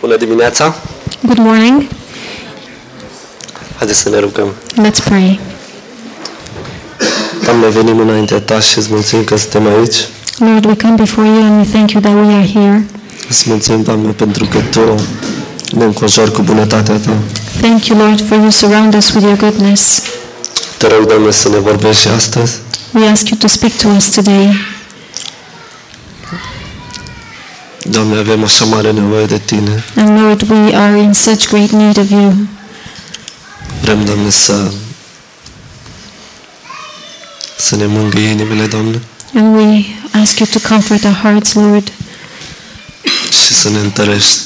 Bună dimineața! Good morning. Haideți să ne rugăm. Let's pray. Doamne, venim înaintea Ta și îți mulțumim că suntem aici. Lord, we come before you and we thank you that we are here. Îți mulțumim, Doamne, pentru că Tu ne înconjori cu bunătatea Ta. Thank you, Lord, for you surround us with your goodness. Te rog, Doamne, să ne vorbești și astăzi. We ask you to speak to us today. Doamne, avem așa mare nevoie de Tine. And Lord, we are in such great need of you. Vrem, Doamne, să să ne mângâie inimile, Doamne, And we ask you to comfort our hearts, Lord, și să ne întărești.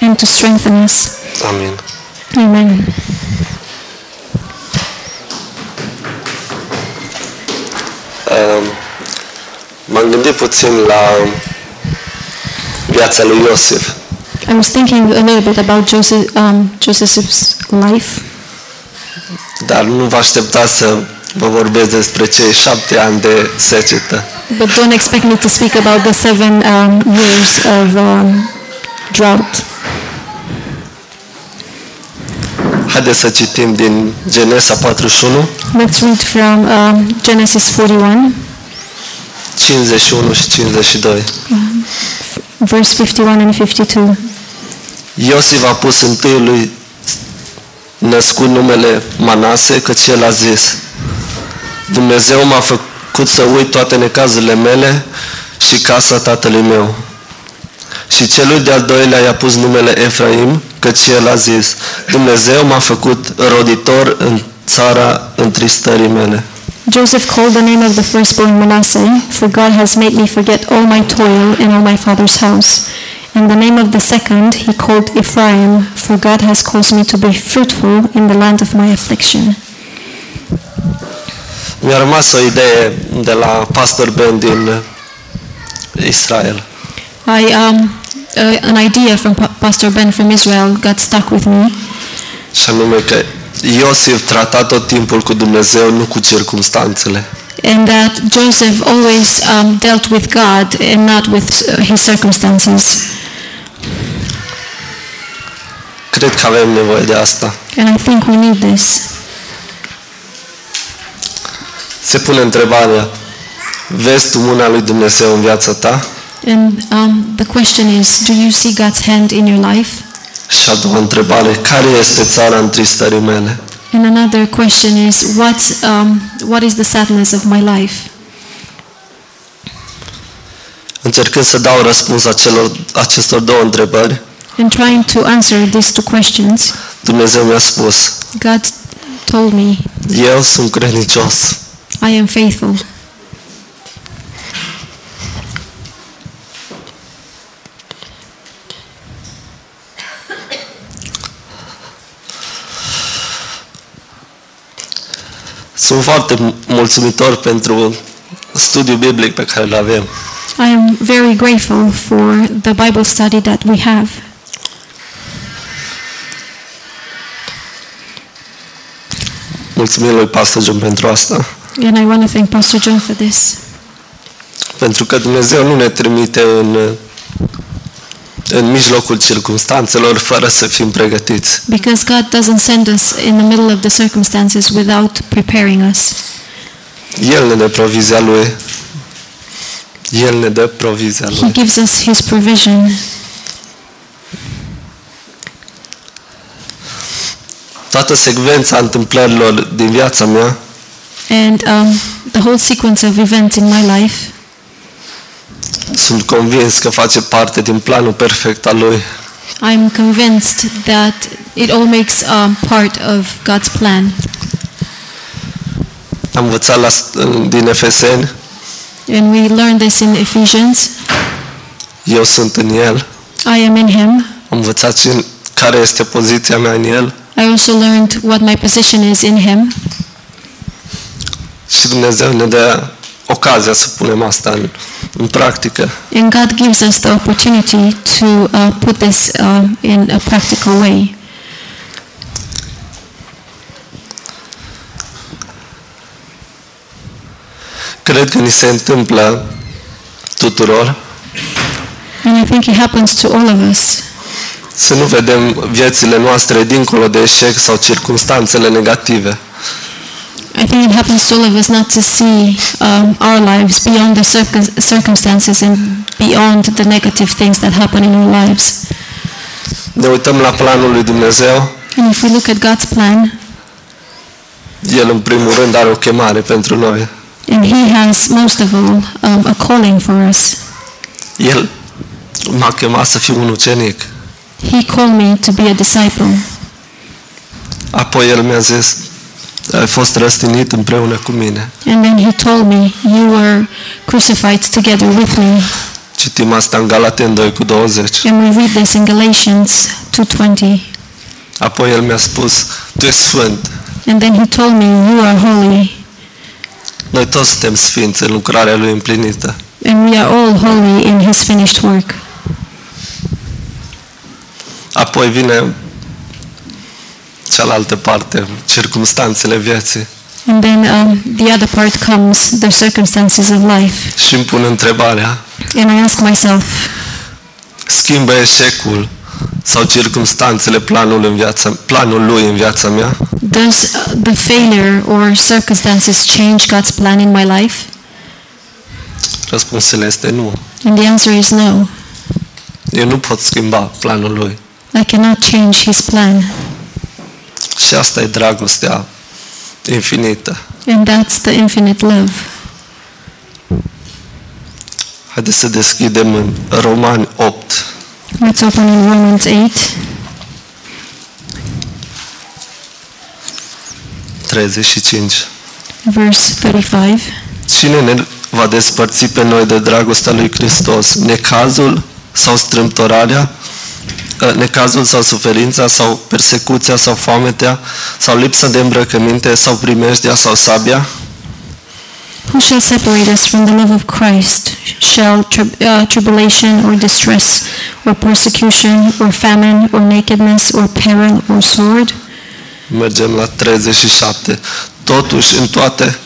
and to strengthen us. Amin. Amen. M-am gândit puțin la viața lui Iosif. I was thinking a little bit about Joseph, um, Joseph's life, Dar nu vă aștepta să vă vorbesc despre cei șapte ani de secetă. but don't expect me to speak about the seven um, years of um, drought. Haideți să citim din Genesa 41, Let's read from um, Genesis 41, 51 și 52. verse 51 and 52. Iosif a pus întâi lui născut numele Manase, căci el a zis, Dumnezeu m-a făcut să uit toate necazurile mele și casa tatălui meu. Și celui de-al doilea i-a pus numele Efraim, căci el a zis, Dumnezeu m-a făcut roditor în țara întristării mele. Joseph called the name of the firstborn Manasseh, for God has made me forget all my toil and all my father's house. And the name of the second he called Ephraim, for God has caused me to be fruitful in the land of my affliction. Mi-a rămas o idee de la Pastor Ben din Israel. I um, uh, an idea from Pa- Pastor Ben from Israel got stuck with me. Și anume că Iosif trata tot timpul cu Dumnezeu, nu cu circumstanțele. and that Joseph always um, dealt with God and not with uh, his circumstances. Cred că avem nevoie de asta. And I think we need this. Se pune întrebarea, vezi tu mâna lui Dumnezeu în viața ta? And um, the question is, do you see God's hand in your life? Și a doua întrebare, care este țara întristării mele? And another question is, what um, what is the sadness of my life? Încercând să dau răspuns acelor, acestor două întrebări, And trying to answer these two questions, Dumnezeu mi-a spus, God told me, eu sunt credincios. I am faithful. Sunt foarte mulțumitor pentru studiul biblic pe care îl avem. I am very grateful for the Bible study that we have. Mulțumim lui Pastor John pentru asta. And I want to thank Pastor John for this. Pentru că Dumnezeu nu ne trimite în, în mijlocul circumstanțelor fără să fim pregătiți. Because God doesn't send us in the middle of the circumstances without preparing us. El ne dă provizia Lui. El ne dă provizia He Lui. gives us His provision. Toată secvența întâmplărilor din viața mea And um, the whole sequence of events in my life, sunt convins că face parte din planul perfect al Lui. I'm convinced that it all makes um, part of God's plan. Am învățat la, din Efeseni, And we learn this in Ephesians eu sunt în El. I am in Him. Am învățat și în- care este poziția mea în El. I also learned what my position is in Him. Și Dumnezeu ne dă ocazia să punem asta în, în practică. And God gives us the opportunity to uh, put this um in a practical way. Cred că ni se întâmplă tuturor And I think it happens to all of us. Să nu vedem viețile noastre dincolo de eșec sau circunstanțele negative. I think it happens to all of us not to see um, our lives beyond the circum- circumstances and beyond the negative things that happen in our lives. Ne uităm la planul lui Dumnezeu. And if we look at God's plan, El în primul rând are o chemare pentru noi. and He has most of all um, a calling for us, El m-a chemat să fiu un ucenic. He called me to be a disciple. Apoi el mi-a zis, ai fost răstinit împreună cu mine. And then He told me, You were crucified together with me. Citim asta în Galaten 2 cu 20. And we read this in Galatians 2.20. Apoi el mi-a spus, tu ești sfânt. And then He told me, You are holy. Noi toți suntem sfinți în lucrarea lui împlinită. And we are all holy in His finished work. Apoi vine cealaltă parte, circumstanțele vieții. And then um, the other part comes the circumstances of life. Și îmi pun întrebarea, And I ask myself, schimbă eșecul sau circumstanțele planul, în viața, planul lui în viața mea? does uh, the failure or circumstances change God's plan in my life? Răspunsul este nu. And the answer is no. Eu nu pot schimba planul lui. I cannot change His plan. Și asta e dragostea infinită. And that's the infinite love. Haideți să deschidem în Romani 8. Let's open in Romans 8, 35. verse 35. Cine ne va despărți pe noi de dragostea lui Hristos? Necazul sau strâmtorarea? Uh, Necazul sau suferința sau persecuția sau foametea sau lipsa de îmbrăcăminte sau primejdea sau sabia? Who shall separate us from the love of Christ? Shall tri- uh, tribulation or distress or persecution or famine or nakedness or peril or sword? Mergem la 37. Totuși, în toate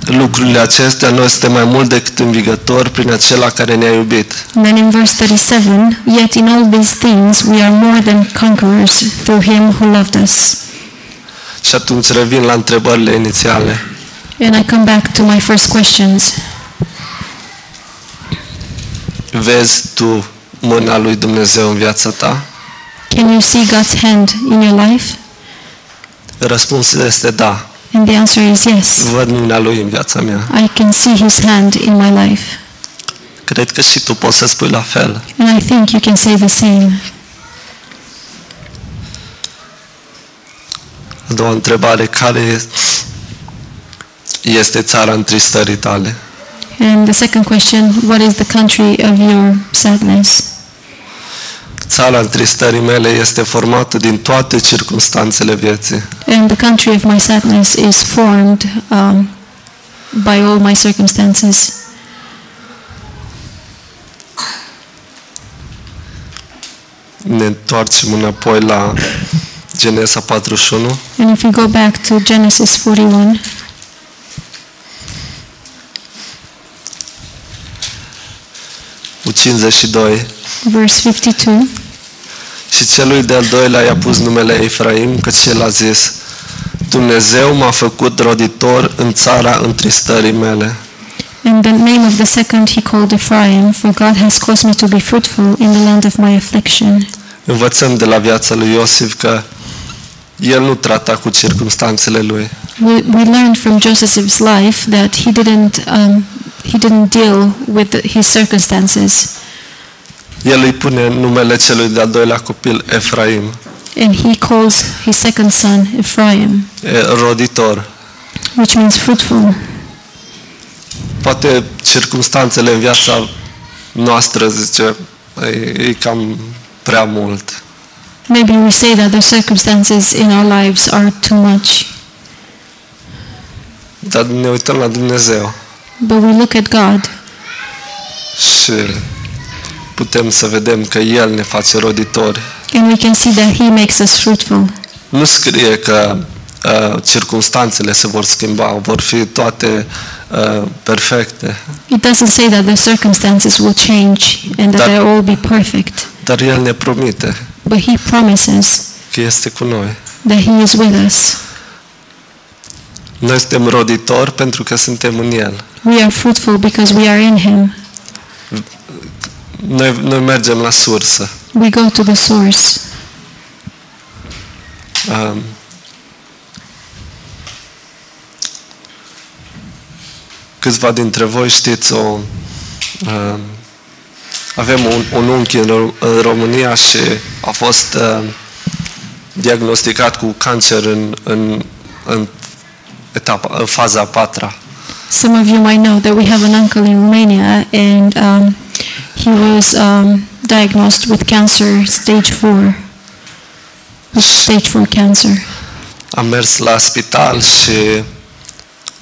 lucrurile acestea, noi suntem mai mult decât învigători prin acela care ne-a iubit. And then in verse 37, yet in all these things we are more than conquerors through him who loved us. Și atunci revin la întrebările inițiale. And I come back to my first questions. Vezi tu mâna lui Dumnezeu în viața ta? Can you see God's hand in your life? Răspunsul este da. And the answer is yes. Văd mâna lui în viața mea. I can see his hand in my life. Cred că și tu poți să spui la fel. And I think you can say the same. A doua întrebare, care este țara întristării tale? And the second question, what is the country of your sadness? Țara întristării mele este formată din toate circumstanțele vieții. And the country of my sadness is formed um, by all my circumstances. Ne întoarcem înapoi la Genesa 41. And if we go back to Genesis 41, cu 52. verse 52, Și celui de-al doilea i-a pus numele Efraim, căci el a zis, Dumnezeu m-a făcut roditor în țara întristării mele. In the name of the second he called Ephraim, for God has caused me to be fruitful in the land of my affliction. Învățăm de la viața lui Iosif că el nu trata cu circumstanțele lui. We, we learned from Joseph's life that he didn't, um, he didn't deal with the- his circumstances, El îi pune numele celui de-al doilea copil Efraim, and he calls his second son Ephraim, e, roditor. which means fruitful. Poate circumstanțele în viața noastră, zice, e, e cam prea mult. Maybe we say that the circumstances in our lives are too much, Dar ne uităm la Dumnezeu. but we look at God și putem să vedem că El ne face roditori. and we can see that he makes us fruitful. Nu scrie că uh, circumstanțele se vor schimba, vor fi toate uh, perfecte, It doesn't say that the circumstances will change and that Dar- they'll all be perfect. Dar El ne promite but he promises că este cu noi. that he is with us. Noi suntem roditori pentru că suntem în El. We are fruitful because we are in him. Noi, noi mergem la sursă. We go to the source. Um, câțiva dintre voi știți o... Um, avem un, un unchi în, Ro- în România și a fost um, diagnosticat cu cancer în, în, în, etapa, în faza a patra. Some of you might know that we have an uncle in Romania and um, he was um, diagnosed with cancer stage 4. With stage 4 cancer. Am mers la spital și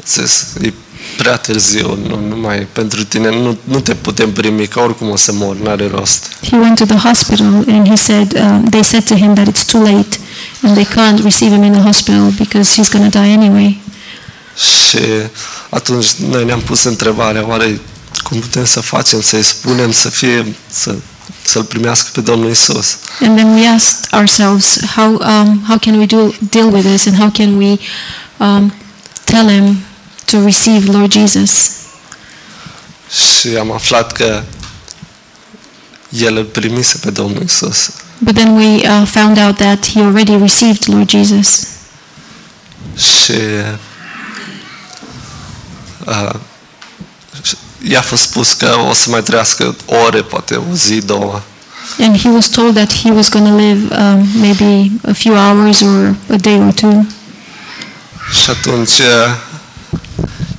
zis, e prea târziu, nu, nu mai pentru tine, nu, nu te putem primi, că oricum o să mor, n-are rost. He went to the hospital and he said, um, they said to him that it's too late and they can't receive him in the hospital because he's going to die anyway. Și atunci noi ne-am pus întrebarea, oare cum putem să facem, să-i spunem să fie, să, să-L primească pe Domnul Isus. And then we asked ourselves, how, um, how can we do, deal with this and how can we um, tell him to receive Lord Jesus? Și am aflat că El îl primise pe Domnul Isus. But then we uh, found out that he already received Lord Jesus. Și uh, și i-a fost spus că o să mai trăiască ore, poate o zi, două. And he was told that he was going to live um, maybe a few hours or a day or two. Și atunci uh,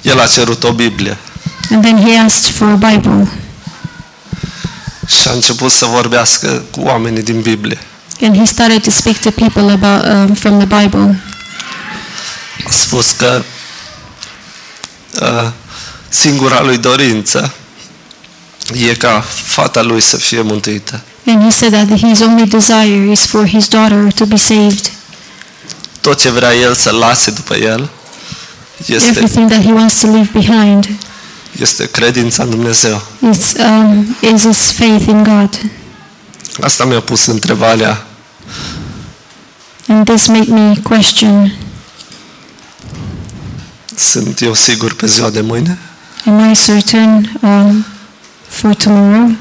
el a cerut o Biblie And then he asked for a Bible. și a început să vorbească cu oamenii din Biblie. And he started to speak to people about, um, from the Bible. A spus că uh, singura lui dorință e ca fata lui să fie mântuită. And he said that his only desire is for his daughter to be saved. Tot ce vrea el să lase după el este, Everything that he wants to leave behind este credința în Dumnezeu. is, um, is his faith in God. Asta mi-a pus întrebarea. And this made me question, Sunt eu sigur pe ziua de mâine? am I certain um, for tomorrow?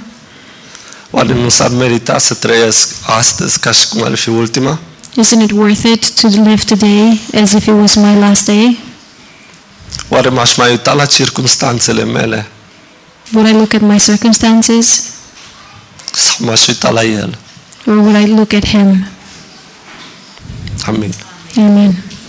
Oare nu s-ar merita să trăiesc astăzi ca și cum ar fi ultima? Isn't it worth it to live today as if it was my last day? Oare m-aș mai uita la circumstanțele mele? Would I look at my circumstances Sau m-aș uita la el? or would I look at him? Amin. Amen.